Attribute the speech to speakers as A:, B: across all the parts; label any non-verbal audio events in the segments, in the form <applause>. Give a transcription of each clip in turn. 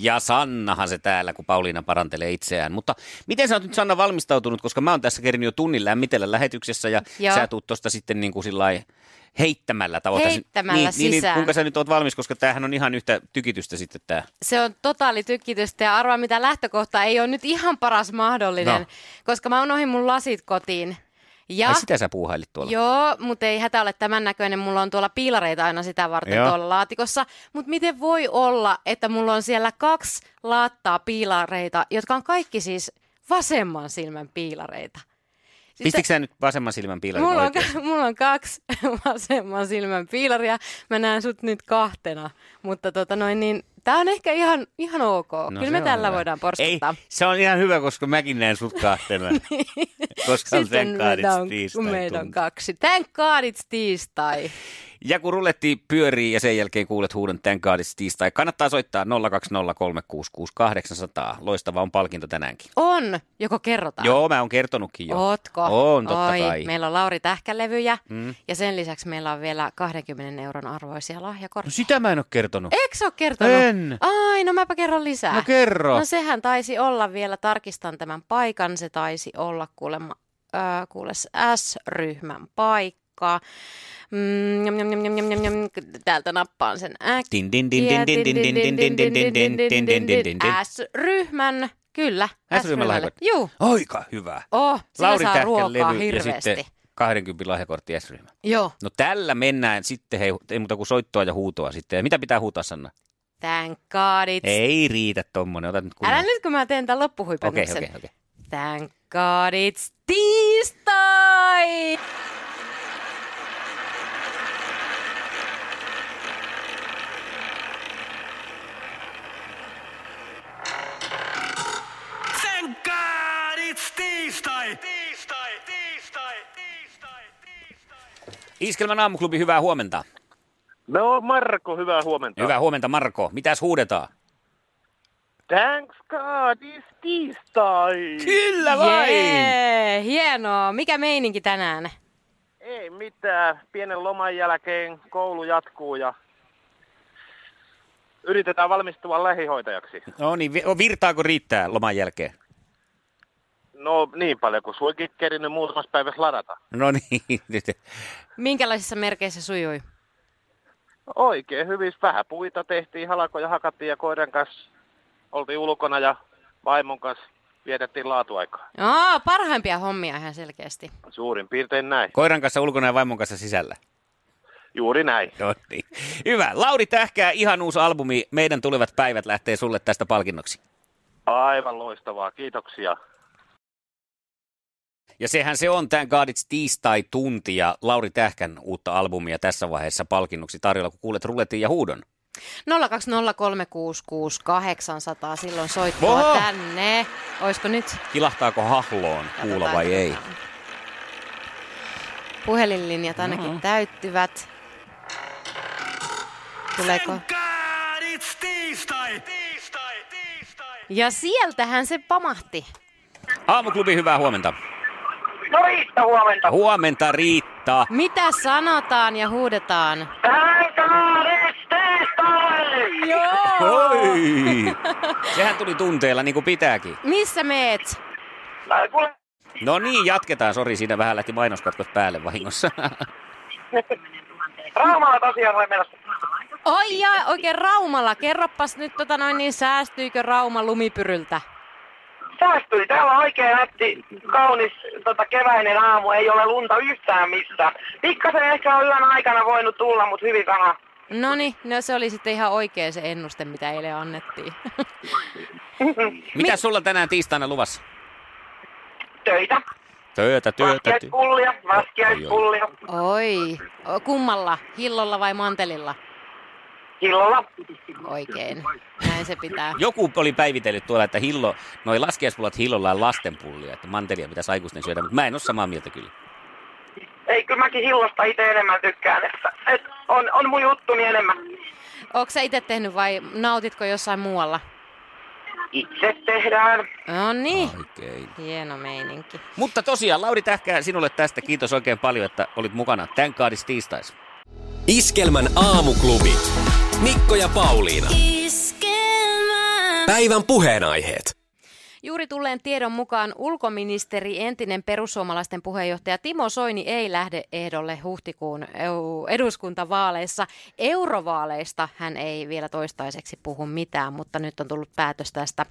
A: Ja Sannahan se täällä, kun Pauliina parantelee itseään. Mutta miten sä oot nyt Sanna valmistautunut, koska mä oon tässä kerinyt jo tunnin lämmitellä lähetyksessä ja Joo.
B: Joo.
A: sä tuut tosta sitten niin kuin sillai heittämällä tavoittaa.
B: Heittämällä
A: niin, niin, niin,
B: sisään.
A: kuinka sä nyt oot valmis, koska tämähän on ihan yhtä tykitystä sitten tää.
B: Se on totaalitykitystä ja arvaa mitä lähtökohta ei ole nyt ihan paras mahdollinen,
A: No.
B: no. koska mä unohdin mun lasit kotiin. Ja
A: Ai sitä sä puuhailit tuolla.
B: Joo, mutta ei hätä ole tämän näköinen. Mulla on tuolla piilareita aina sitä varten
A: Joo.
B: Joo. tuolla laatikossa. Mutta miten voi olla, että mulla on siellä kaksi laattaa piilareita, jotka on kaikki siis vasemman silmän piilareita? Siis
A: Pistikö sä nyt vasemman silmän piilarin
B: mulla, on,
A: oikein?
B: ka- <laughs> mulla on kaksi vasemman silmän piilaria. Mä näen sut nyt kahtena. Mutta tota noin, niin tää on ehkä ihan, ihan ok. No,
A: se
B: Kyllä me
A: on
B: tällä
A: hyvä.
B: voidaan porskuttaa. Niin.
A: Ei, se on ihan hyvä, koska mäkin näen sut
B: <laughs>
A: kahtena. koska on
B: Sitten
A: thank God
B: meitä on,
A: it's
B: kun
A: tiistai
B: meitä on
A: tunti.
B: kaksi. Thank God it's tiistai.
A: Ja kun ruletti pyörii ja sen jälkeen kuulet huudon tän kaadis tiistai, kannattaa soittaa 020366800. Loistava on palkinto tänäänkin.
B: On, joko kerrotaan?
A: Joo, mä oon kertonutkin jo.
B: Ootko?
A: On, totta
B: Oi,
A: kai.
B: Meillä on Lauri Tähkälevyjä mm. ja sen lisäksi meillä on vielä 20 euron arvoisia
A: No
B: lahjakortteja.
A: sitä mä en oo kertonut.
B: No, Eikö sä ole kertonut?
A: En.
B: Ai, no mäpä kerron lisää.
A: No kerro.
B: No sehän taisi olla vielä, tarkistan tämän paikan, se taisi olla kuulemma, äh, kuules S-ryhmän paikka. Mm, jam, jam, jam, jam, jam, jam, jam. Täältä nappaan sen äkkiä.
A: Din, din, din, din, din, din, din, din, din, din, din, din, din, din, din, din, din.
B: S-ryhmän, kyllä.
A: S-ryhmän lahjakort.
B: Juu.
A: Oika hyvä.
B: Oh, sillä
A: Lauri
B: saa
A: Tähkän
B: ruokaa
A: levy ja
B: hirveästi.
A: sitten 20 lahjakortti S-ryhmä.
B: Joo.
A: No tällä mennään sitten, hei, ei muuta kuin soittoa ja huutoa sitten. Ja mitä pitää huutaa, Sanna?
B: Thank God it's...
A: Ei riitä tommonen, ota nyt
B: Älä
A: kunnolla.
B: nyt, kun mä teen tämän
A: Okei,
B: loppuhuipennuksen.
A: okei, okei.
B: Thank God it's tiistai!
C: Thank God it's tiistai! Tiistai, tiistai, tiistai, tiistai.
A: Iskelmän aamuklubi, hyvää huomenta.
D: No Marko, hyvää huomenta.
A: Hyvää huomenta, Marko. Mitäs huudetaan?
D: Thanks God, it's tiistai.
A: Kyllä
B: Jee, hienoa. Mikä meininki tänään?
D: Ei mitään, pienen loman jälkeen koulu jatkuu ja yritetään valmistua lähihoitajaksi.
A: No niin, vi- virtaako riittää loman jälkeen?
D: No niin paljon, kun suinkin kerinyt muutamassa päivässä ladata.
A: No niin, <laughs> nyt-
B: Minkälaisissa merkeissä sujui?
D: Oikein hyvin, vähän puita tehtiin, halakoja hakattiin ja koiran kanssa oltiin ulkona ja vaimon kanssa vietettiin laatuaikaa.
B: Aa, parhaimpia hommia ihan selkeästi.
D: Suurin piirtein näin.
A: koiran kanssa ulkona ja vaimon kanssa sisällä.
D: Juuri näin.
A: No niin. Hyvä. Lauri Tähkää, ihan uusi albumi. Meidän tulevat päivät lähtee sulle tästä palkinnoksi.
D: Aivan loistavaa, kiitoksia.
A: Ja sehän se on tämän Kaadits tiistai-tunti ja Lauri Tähkän uutta albumia tässä vaiheessa palkinnoksi tarjolla, kun kuulet ruletin ja huudon.
B: 020366800, silloin soittaa
A: Oho!
B: tänne. Oisko nyt?
A: Kilahtaako hahloon kuulla
B: Katsotaan,
A: vai ei?
B: katsotaan. Puhelinlinjat ainakin täyttyvät. Tuleeko?
C: Thank God it's tiistai! Tiistai, tiistai!
B: Ja sieltähän se pamahti.
A: Aamuklubi, hyvää huomenta.
E: No Riitta, huomenta.
A: Huomenta Riitta.
B: Mitä sanotaan ja huudetaan?
E: Taitaa resteestai!
B: Joo!
A: Oi! <laughs> Sehän tuli tunteella niin kuin pitääkin.
B: Missä meet?
E: Mä kuule,
A: No niin, jatketaan. Sori, siinä vähän lähti mainoskatkot päälle vahingossa. <laughs>
E: Raumalla tosiaan olen menossa.
B: Oi ja oikein Raumalla. Kerropas nyt tota noin, niin säästyykö Rauma lumipyryltä?
E: Säästyi. Täällä on oikein nätti, kaunis tota, keväinen aamu. Ei ole lunta yhtään missään. Pikkasen ehkä on yön aikana voinut tulla, mutta hyvin vähän.
B: Noni, no se oli sitten ihan oikea se ennuste, mitä eilen annettiin.
A: Mitä sulla tänään tiistaina luvassa?
E: Töitä.
A: Töötä, työtä. Ty-
E: Vaskiaispullia. Vaskiaispullia.
B: Oi, O, kummalla? Hillolla vai mantelilla?
E: Hillolla.
B: Oikein. Näin se pitää.
A: Joku oli päivitellyt tuolla, että hillo, noi laskiaispullat hillolla on lastenpullia, että mantelia pitäisi aikuisten syödä, mutta mä en ole samaa mieltä kyllä.
E: Ei, kyllä mäkin hillosta itse enemmän tykkään, että, että on, on mun juttuni enemmän.
B: Onko sä itse tehnyt vai nautitko jossain muualla?
E: Itse tehdään.
B: No niin.
A: Oikein.
B: Hieno meininki.
A: Mutta tosiaan, Lauri Tähkää, sinulle tästä kiitos oikein paljon, että olit mukana. Tän kaadis tiistais.
F: Iskelmän aamuklubi. Mikko ja Pauliina. Päivän puheenaiheet.
B: Juuri tulleen tiedon mukaan ulkoministeri, entinen perussuomalaisten puheenjohtaja Timo Soini ei lähde ehdolle huhtikuun EU- eduskuntavaaleissa. Eurovaaleista hän ei vielä toistaiseksi puhu mitään, mutta nyt on tullut päätös tästä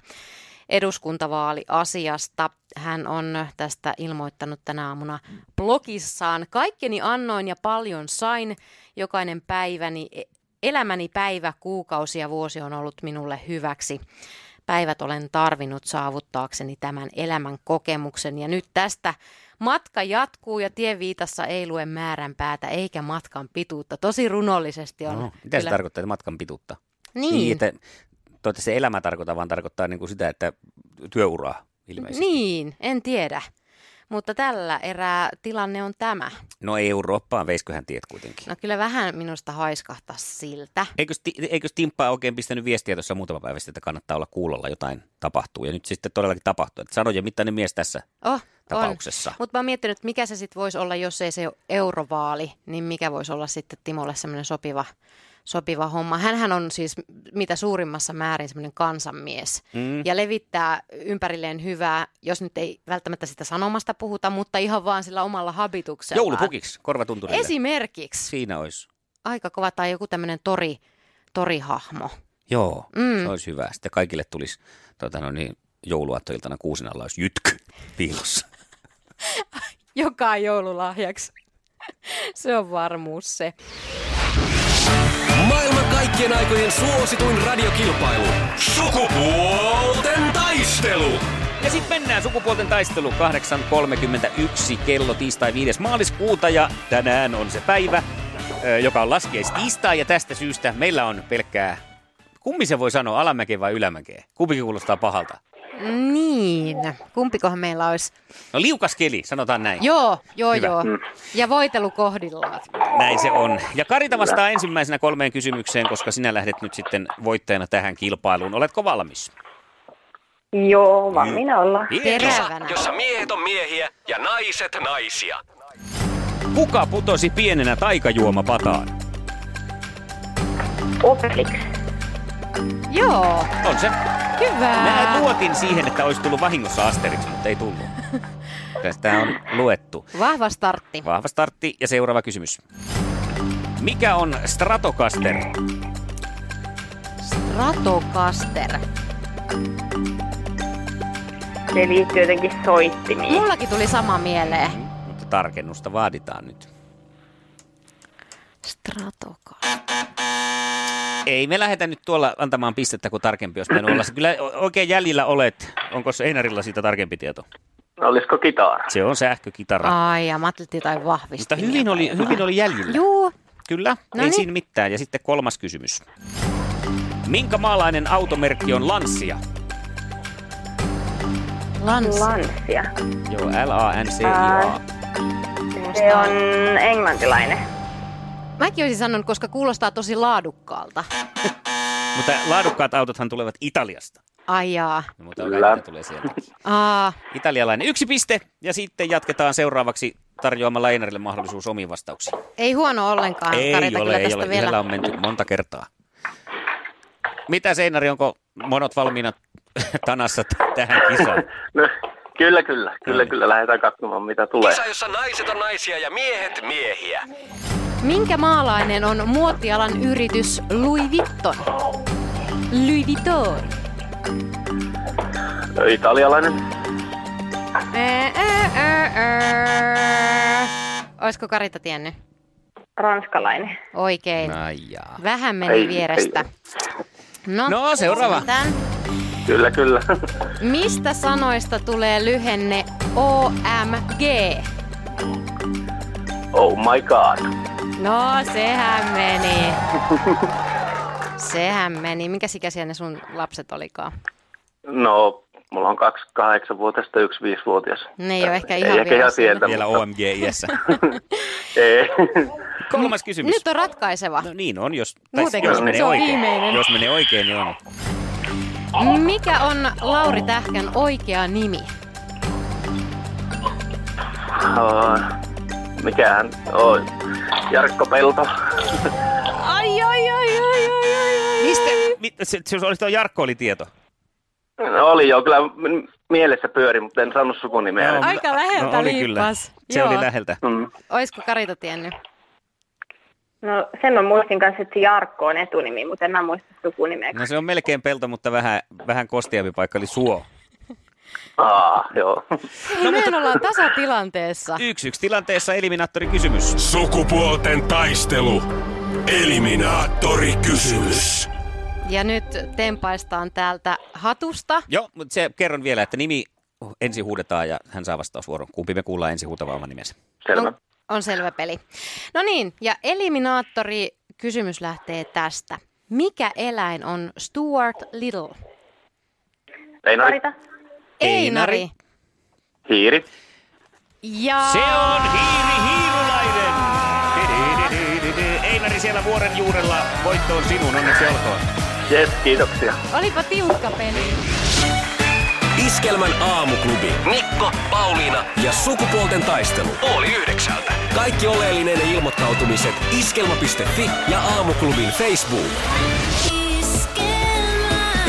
B: eduskuntavaaliasiasta. Hän on tästä ilmoittanut tänä aamuna blogissaan. Kaikkeni annoin ja paljon sain. Jokainen päiväni, e, elämäni päivä, kuukausi ja vuosi on ollut minulle hyväksi päivät olen tarvinnut saavuttaakseni tämän elämän kokemuksen. Ja nyt tästä matka jatkuu ja tieviitassa ei lue määränpäätä eikä matkan pituutta. Tosi runollisesti on.
A: No, mitä se tarkoittaa, että matkan pituutta?
B: Niin,
A: niin että, toivottavasti se elämä tarkoittaa, vaan tarkoittaa niin kuin sitä, että työuraa ilmeisesti.
B: niin, en tiedä. Mutta tällä erää tilanne on tämä.
A: No Eurooppaan veisköhän tiet kuitenkin.
B: No kyllä vähän minusta haiskahtaa siltä.
A: Eikös, ti- eikös Timppa oikein pistänyt viestiä tuossa muutama päivä sitten, että kannattaa olla kuulolla, jotain tapahtuu. Ja nyt sitten todellakin tapahtuu. Että sanojen mittainen mies tässä
B: Oh,
A: tapauksessa.
B: Mutta mä oon miettinyt, että mikä se sitten voisi olla, jos ei se ole eurovaali, niin mikä voisi olla sitten Timolle semmoinen sopiva, sopiva homma. Hänhän on siis mitä suurimmassa määrin semmoinen kansanmies mm. ja levittää ympärilleen hyvää, jos nyt ei välttämättä sitä sanomasta puhuta, mutta ihan vaan sillä omalla habituksellaan.
A: Joulupukiksi, korvatunturille.
B: Esimerkiksi.
A: Siinä olisi.
B: Aika kova tai joku tämmöinen tori, torihahmo.
A: Joo, mm. se olisi hyvä. Sitten kaikille tulisi tota no niin, jouluaattoiltana kuusin alla olisi jytky piilossa.
B: Joka joululahjaksi. <laughs> se on varmuus se.
F: Maailman kaikkien aikojen suosituin radiokilpailu. Sukupuolten taistelu.
A: Ja sitten mennään sukupuolten taistelu 8.31 kello tiistai 5. maaliskuuta ja tänään on se päivä, ö, joka on laskeistiistai ja tästä syystä meillä on pelkkää, kummin se voi sanoa, alamäkeä vai ylämäkeä? Kumpikin kuulostaa pahalta.
B: Niin, kumpikohan meillä olisi
A: No liukas keli, sanotaan näin.
B: Joo, joo,
A: Hyvä. Mm.
B: Hyvä. joo. Ja voitelu kohdillaan.
A: Näin se on. Ja Karita vastaa ensimmäisenä kolmeen kysymykseen, koska sinä lähdet nyt sitten voittajana tähän kilpailuun. Oletko valmis?
G: Joo, vaan minä ollaan.
A: Niin,
B: Terävänä.
F: Jossa miehet on miehiä ja naiset naisia.
A: Kuka putosi pienenä taikajuomapataan?
G: Opeliksi.
B: Joo,
A: On se. Mä
B: hyvä.
A: luotin siihen, että olisi tullut vahingossa asteriksi, mutta ei tullut. Tästä on luettu.
B: Vahva startti.
A: Vahva startti ja seuraava kysymys. Mikä on Stratocaster?
B: Ratokaster.
G: Se liittyy jotenkin soittimiin.
B: Mullakin tuli sama mieleen.
A: Mutta tarkennusta vaaditaan nyt.
B: Stratokaster.
A: Ei me lähdetä nyt tuolla antamaan pistettä kuin tarkempi, jos me en olla. Kyllä o- oikein jäljillä olet. Onko Einarilla siitä tarkempi tieto?
D: No, Olisiko kitaara?
A: Se on sähkökitara.
B: Ai, ja mä ajattelin, tai
A: Mutta
B: vahvistin.
A: hyvin oli, hyvin oli jäljillä.
B: Juu,
A: Kyllä, no ei
B: niin.
A: siinä mitään. Ja sitten kolmas kysymys. Minkä maalainen automerkki on Lancia?
B: lans.
G: Lanssia.
A: Joo, L-A-N-C-I-A.
G: Se on englantilainen.
B: Mäkin olisin sanonut, koska kuulostaa tosi laadukkaalta.
A: Mutta laadukkaat autothan tulevat Italiasta.
B: Ai jaa.
A: No, mutta
D: Kyllä.
A: Kyllä. tulee sieltäkin.
B: Aa,
A: Italialainen yksi piste. Ja sitten jatketaan seuraavaksi tarjoamalla Einarille mahdollisuus omiin vastauksiin.
B: ei huono ollenkaan.
A: ei
B: Karita,
A: ole,
B: kyllä
A: ei
B: Ah, tästä
A: ole.
B: vielä.
A: Yhdellä on menty monta kertaa. Mitä Seinari, onko monot valmiina tanassa t- tähän kisaan?
D: No, kyllä, kyllä. Kyllä, kyllä. Lähdetään katsomaan, mitä tulee.
F: Kisa, jossa naiset on naisia ja miehet miehiä.
B: Minkä maalainen on muotialan yritys Louis Vuitton? Louis Vuitton.
D: Italialainen.
B: Ää, ää, ää, ää. Oisko Karita tiennyt?
G: Ranskalainen.
B: Oikein.
A: Ai jaa.
B: Vähän meni
D: Ei,
B: vierestä. No,
A: No, seuraava.
B: sanotaan.
D: Kyllä, kyllä. <laughs>
B: Mistä sanoista tulee lyhenne OMG?
D: Oh my god. <laughs>
B: No, sehän meni. Sehän meni. Minkä ikäisiä ne sun lapset olikaan?
D: No, mulla on kaksi kahdeksanvuotista ja yksi viisivuotias.
B: Ne ei ole ehkä
D: Ei
B: ihan
D: ehkä
B: vielä
D: ihan
B: siinä.
D: sieltä.
A: Vielä OMG-iässä.
D: Ei. <laughs>
A: Kolmas kysymys.
B: Nyt on ratkaiseva.
A: No niin on, jos, tai
B: Muutenkin
A: jos
D: se
A: menee
B: on
A: oikein.
B: viimeinen.
A: Jos menee oikein, niin on.
B: Mikä on Lauri Tähkän oikea nimi?
D: Oh, mikähän on? Jarkko Pelto.
B: Ai, ai, ai, ai, ai, ai.
A: Mistä? Mit, se, se, se oli tuo Jarkko oli tieto.
D: No, oli jo kyllä m- mielessä pyöri, mutta en saanut sukunimeä.
A: Joo.
B: Aika läheltä
A: No oli kyllä.
B: liippas.
A: Se
B: Joo.
A: oli läheltä.
D: Mm.
B: Oisko Karita tiennyt?
G: No sen mä muistin kanssa, että se Jarkko on etunimi, mutta en mä muista sukunimeä.
A: No se on melkein pelto, mutta vähän, vähän kosteampi paikka, eli suo.
D: Aa, joo.
B: No, mutta... ollaan tasatilanteessa.
A: Yksi yksi tilanteessa eliminaattori kysymys.
F: Sukupuolten taistelu. Eliminaattori kysymys.
B: Ja nyt tempaistaan täältä hatusta.
A: Joo, mutta se kerron vielä, että nimi ensin huudetaan ja hän saa vastausvuoron. Kumpi me kuullaan ensin huutavaa oman nimensä.
D: Selvä.
B: On, on selvä peli. No niin, ja eliminaattori kysymys lähtee tästä. Mikä eläin on Stuart Little?
D: Ei noin.
G: Karita?
A: Einari.
B: Einari.
D: Hiiri.
B: Ja
A: Se on Hiiri Hiirulainen! Di-di-di-di-di-di. Einari siellä vuoren juurella. Voitto on sinun, onneksi olkoon.
D: Jes, kiitoksia.
B: olipa tiukka peli.
F: Iskelmän aamuklubi. Mikko, Pauliina ja sukupuolten taistelu. Oli yhdeksältä. Kaikki oleellinen ilmoittautumiset iskelma.fi ja aamuklubin Facebook.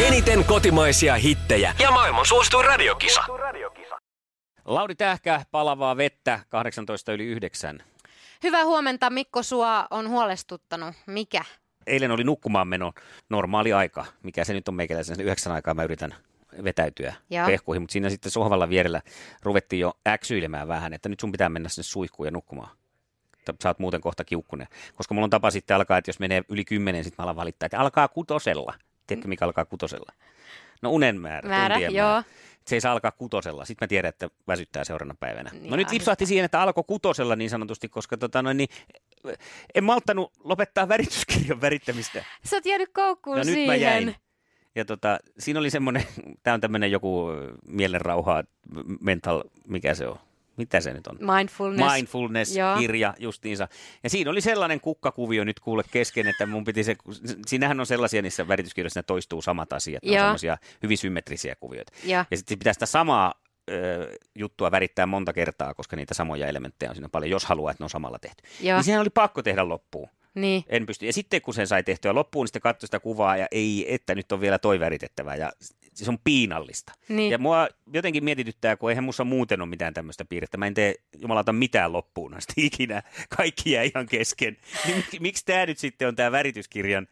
F: Eniten kotimaisia hittejä ja maailman suosituin radiokisa.
A: Lauri Tähkä, palavaa vettä, 18 yli 9.
B: Hyvää huomenta, Mikko. Sua on huolestuttanut. Mikä?
A: Eilen oli nukkumaan meno normaali aika, mikä se nyt on meikäläisen yhdeksän aikaa mä yritän vetäytyä
B: Joo.
A: pehkuihin, mutta siinä sitten sohvalla vierellä ruvettiin jo äksyilemään vähän, että nyt sun pitää mennä sinne suihkuun ja nukkumaan. Että Sä oot muuten kohta kiukkunen. Koska mulla on tapa sitten alkaa, että jos menee yli kymmenen, sitten mä alan valittaa, että alkaa kutosella. Tiedätkö, mikä alkaa kutosella? No unen määrä,
B: Määrä,
A: tuntien
B: joo.
A: määrä. Se ei saa alkaa kutosella. Sitten mä tiedän, että väsyttää seuraavana päivänä.
B: Niin
A: no nyt
B: aivan.
A: lipsahti siihen, että alkoi kutosella niin sanotusti, koska tota noin, niin, en malttanut lopettaa värityskirjan värittämistä.
B: Sä oot jäänyt koukkuun
A: Ja
B: siihen.
A: No nyt mä jäin. Ja tota, siinä oli semmoinen, tämä on tämmöinen joku ö, mielenrauhaa, m- mental, mikä se on? Mitä se nyt on?
B: Mindfulness. Joo.
A: Mindfulness-kirja justiinsa. Ja siinä oli sellainen kukkakuvio nyt kuule kesken, että mun piti se, siinähän on sellaisia niissä värityskirjoissa, että toistuu samat asiat, ne
B: Joo.
A: on semmoisia hyvin symmetrisiä kuvioita.
B: Joo.
A: Ja sitten pitää sitä samaa ö, juttua värittää monta kertaa, koska niitä samoja elementtejä on siinä paljon, jos haluaa, että ne on samalla tehty.
B: Joo.
A: Niin sehän oli pakko tehdä loppuun.
B: Niin.
A: En pysty. Ja sitten kun sen sai tehtyä loppuun, niin sitten katsoi sitä kuvaa ja ei, että nyt on vielä toi väritettävää. Ja se on piinallista.
B: Niin.
A: Ja mua jotenkin mietityttää, kun eihän mussa muuten ole mitään tämmöistä piirrettä. Mä en tee jumalauta mitään loppuun asti <laughs> ikinä. Kaikki jää ihan kesken. Niin mik- miksi tämä nyt sitten on tämä värityskirjan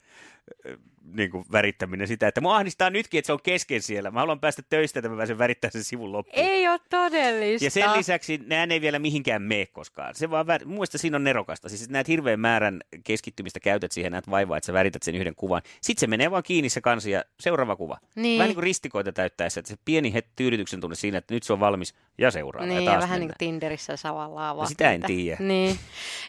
A: ö, niin kuin värittäminen sitä, että mua ahdistaa nytkin, että se on kesken siellä. Mä haluan päästä töistä, että mä pääsen värittämään sen sivun loppuun.
B: Ei ole todellista.
A: Ja sen lisäksi nämä ei vielä mihinkään mene koskaan. Se vaan väär... Muista siinä on nerokasta. Siis näet hirveän määrän keskittymistä käytät siihen, näet vaivaa, että sä värität sen yhden kuvan. Sitten se menee vaan kiinni se kansi ja seuraava kuva.
B: Niin.
A: Vähän niin kuin ristikoita täyttäessä, että se pieni het tyydytyksen tunne siinä, että nyt se on valmis ja seuraava
B: Niin,
A: ja
B: ja
A: taas
B: vähän niin kuin
A: mennään.
B: Tinderissä samanlaava.
A: No sitä en tiedä.
B: Niin,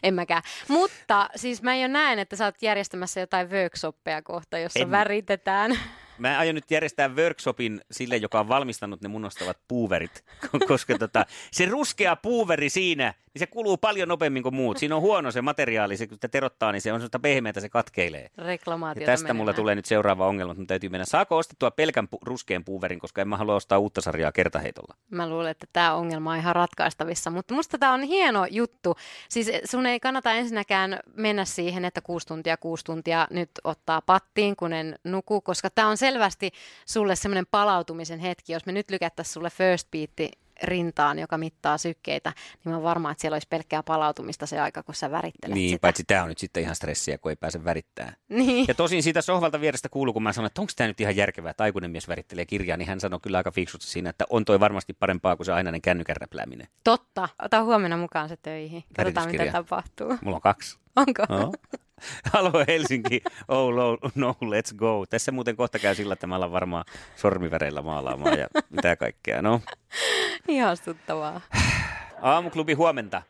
B: en mäkään. Mutta siis mä jo näen, että sä oot järjestämässä jotain workshoppeja kohta, jossa
A: En-
B: en... väritetään.
A: Mä aion nyt järjestää workshopin sille, joka on valmistanut ne munostavat puuverit, <laughs> ko- koska tota, se ruskea puuveri siinä, niin se kuluu paljon nopeammin kuin muut. Siinä on huono se materiaali, se kun sitä terottaa, niin se on sellaista pehmeätä, se katkeilee.
B: Reklamaatiota
A: Ja tästä
B: menemään.
A: mulla tulee nyt seuraava ongelma, että mun täytyy mennä. Saako ostettua pelkän pu- ruskean puuverin, koska en mä halua ostaa uutta sarjaa kertaheitolla.
B: Mä luulen, että tämä ongelma on ihan ratkaistavissa, mutta musta tämä on hieno juttu. Siis sun ei kannata ensinnäkään mennä siihen, että kuusi tuntia, kuusi tuntia nyt ottaa pattiin, kun en nuku, koska tämä on selvästi sulle semmoinen palautumisen hetki. Jos me nyt lykättäisiin sulle first beat rintaan, joka mittaa sykkeitä, niin mä oon varma, että siellä olisi pelkkää palautumista se aika, kun sä värittelet
A: niin,
B: sitä.
A: paitsi tää on nyt sitten ihan stressiä, kun ei pääse värittämään.
B: <laughs> Niin.
A: Ja tosin siitä sohvalta vierestä kuuluu, kun mä sanon, että onko tämä nyt ihan järkevää, että aikuinen mies värittelee kirjaa, niin hän sanoi kyllä aika fiksusti siinä, että on toi varmasti parempaa kuin se ainainen kännykän räplääminen.
B: Totta. Ota huomenna mukaan se töihin. Katsotaan, mitä
A: Värityskirja.
B: tapahtuu. <laughs>
A: Mulla on kaksi.
B: Onko?
A: Oh. <laughs> Halo Helsinki, oh no, no, let's go. Tässä muuten kohta käy sillä, että mä alan varmaan sormiväreillä maalaamaan ja mitä kaikkea. No,
B: Ihastuttavaa.
A: aamuklubi huomenta.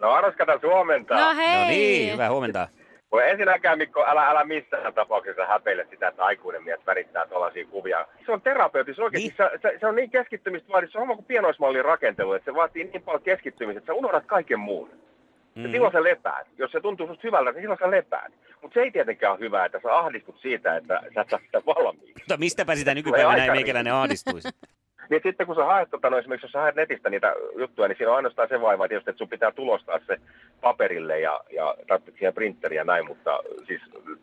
D: No Arskata, huomenta.
B: No hei!
A: No niin, hyvää huomenta.
D: Voi ensinnäkään Mikko, älä, älä missään tapauksessa häpeile sitä, että aikuinen mies värittää tällaisia kuvia. Se on terapeutti, se, oikeasti, niin. se, se, se, on niin keskittymistä vaadittu, se on sama kuin pienoismallin rakentelu, että se vaatii niin paljon keskittymistä, että sä unohdat kaiken muun. Mm. Ja silloin sä lepäät. Jos se tuntuu susta hyvältä, niin silloin sä lepäät. Mutta se ei tietenkään ole hyvä, että sä ahdistut siitä, että sä et saa sitä valmiiksi.
A: Mutta mistäpä sitä nykypäivänä ei meikäläinen ahdistuisi?
D: Niin että sitten kun sä haet, tota, no, esimerkiksi jos sä haet netistä niitä juttuja, niin siinä on ainoastaan se vaiva tietysti, että sun pitää tulostaa se paperille ja, ja tarvitset siihen printeriä ja näin, mutta siis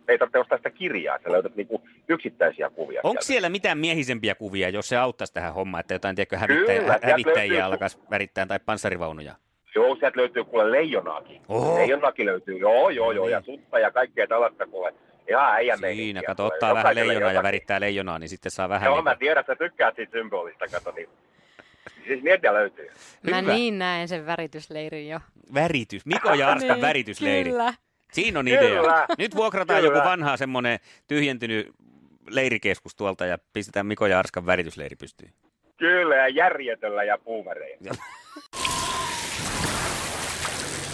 D: ei tarvitse ostaa sitä kirjaa, että sä löydät niinku yksittäisiä kuvia.
A: Onko siellä mitään miehisempiä kuvia, jos se auttaisi tähän hommaan, että jotain tiedätkö, hävittäjä, Kyllä, hävittäjiä alkaisi värittää tai panssarivaunuja?
D: Joo, sieltä löytyy kuule leijonaakin. Oho. Leijonaakin löytyy, joo, joo, joo, niin. ja sutta ja kaikkea tällaista kuule. Ihan äijän
A: Siinä, kato, ottaa vähän leijonaa ja värittää leijonaa, niin sitten saa vähän...
D: Joo, niin... mä tiedän, että tykkäät siitä symbolista, kato, niin... Siis niitä löytyy.
B: Mä Hyvä. niin näen sen väritysleirin jo.
A: Väritys, Miko Jaarsta niin, väritysleiri.
B: Kyllä.
A: Siinä on idea. Kyllä. Nyt vuokrataan kyllä. joku vanha semmoinen tyhjentynyt leirikeskus tuolta ja pistetään Miko Jaarskan väritysleiri pystyyn.
D: Kyllä, ja järjetöllä ja puumereilla.